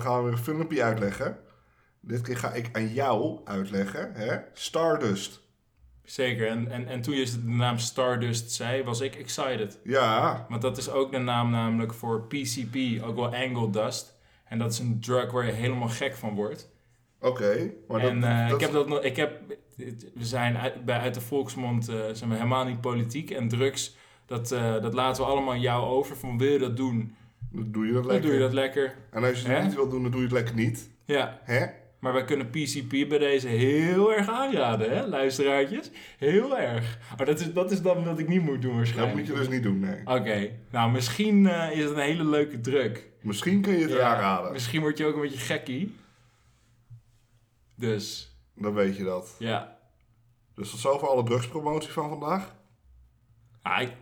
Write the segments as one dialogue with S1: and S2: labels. S1: gaan we weer een filmpje uitleggen. Dit keer ga ik aan jou uitleggen, hè? Stardust.
S2: Zeker. En, en, en toen je de naam Stardust zei, was ik excited.
S1: Ja,
S2: Want dat is ook de naam namelijk voor PCP, ook wel Angle Dust. En dat is een drug waar je helemaal gek van wordt.
S1: oké. Maar
S2: en
S1: dat,
S2: eh,
S1: dat-
S2: ik heb dat nog. Ik heb, we zijn uit, bij, uit de volksmond eh, zijn we helemaal niet politiek. En drugs, dat, eh, dat laten we allemaal aan jou over. Van wil je dat doen?
S1: dan doe je dat
S2: Dan
S1: lekker.
S2: doe je dat lekker.
S1: En als je het
S2: Hè?
S1: niet wil doen, dan doe je het lekker niet.
S2: Ja,
S1: Hè?
S2: maar wij kunnen PCP bij deze heel erg aanraden, hè, luisteraartjes? Heel erg. Maar dat is, dat is dan wat ik niet moet doen
S1: Dat
S2: waarschijnlijk.
S1: moet je dus niet doen, nee.
S2: Oké, nou misschien eh, is het een hele leuke druk.
S1: Misschien kun je het
S2: Ja,
S1: aanraden.
S2: Misschien word je ook een beetje gekkie. Dus,
S1: Dan weet je dat.
S2: ja.
S1: Dus tot zover alle drugspromotie van vandaag.
S2: Ah, ik,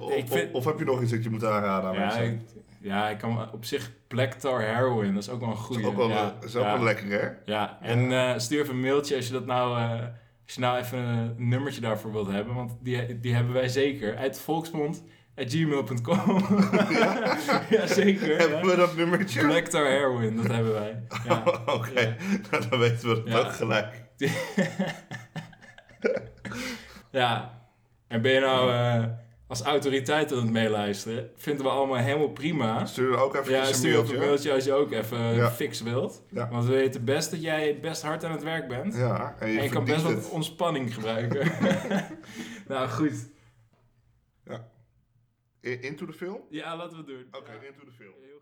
S1: Of,
S2: ik vind...
S1: of, of heb je nog iets dat je moet aanraden aan
S2: ja,
S1: mensen?
S2: ik, ja, ik kan op zich Black Tar Heroin, dat is ook wel een
S1: Dat
S2: goede.
S1: is ook wel, eh,
S2: ja,
S1: is ook
S2: ja,
S1: wel lekker, hè?
S2: Ja, en eh, stuur even een mailtje als je dat nou... eh, als je nou even een nummertje daarvoor wilt hebben, want die, die hebben wij zeker. Uit volksmond, at gmail.com. ja. zeker.
S1: Hebben
S2: ja.
S1: we dat nummertje?
S2: Black Tar Heroin, dat hebben wij. Ja.
S1: Oké, nou, dan weten we dat
S2: Ja.
S1: ook gelijk.
S2: Ja, en ben je nou eh, als autoriteit aan het meeluisteren? Vinden we allemaal helemaal prima.
S1: Stuur er ook even
S2: Ja,
S1: een
S2: stuur op
S1: mailtje.
S2: een mailtje als je ook even
S1: Ja.
S2: fix wilt.
S1: Ja.
S2: Want we weten best dat jij best hard aan het werk bent.
S1: Ja, en je,
S2: en je kan best
S1: verdient
S2: wat
S1: het.
S2: ontspanning gebruiken. nou goed,
S1: I- Into the film?
S2: ja, laten we het doen.
S1: Oké,
S2: Ja.
S1: into the film.
S2: Heel goed.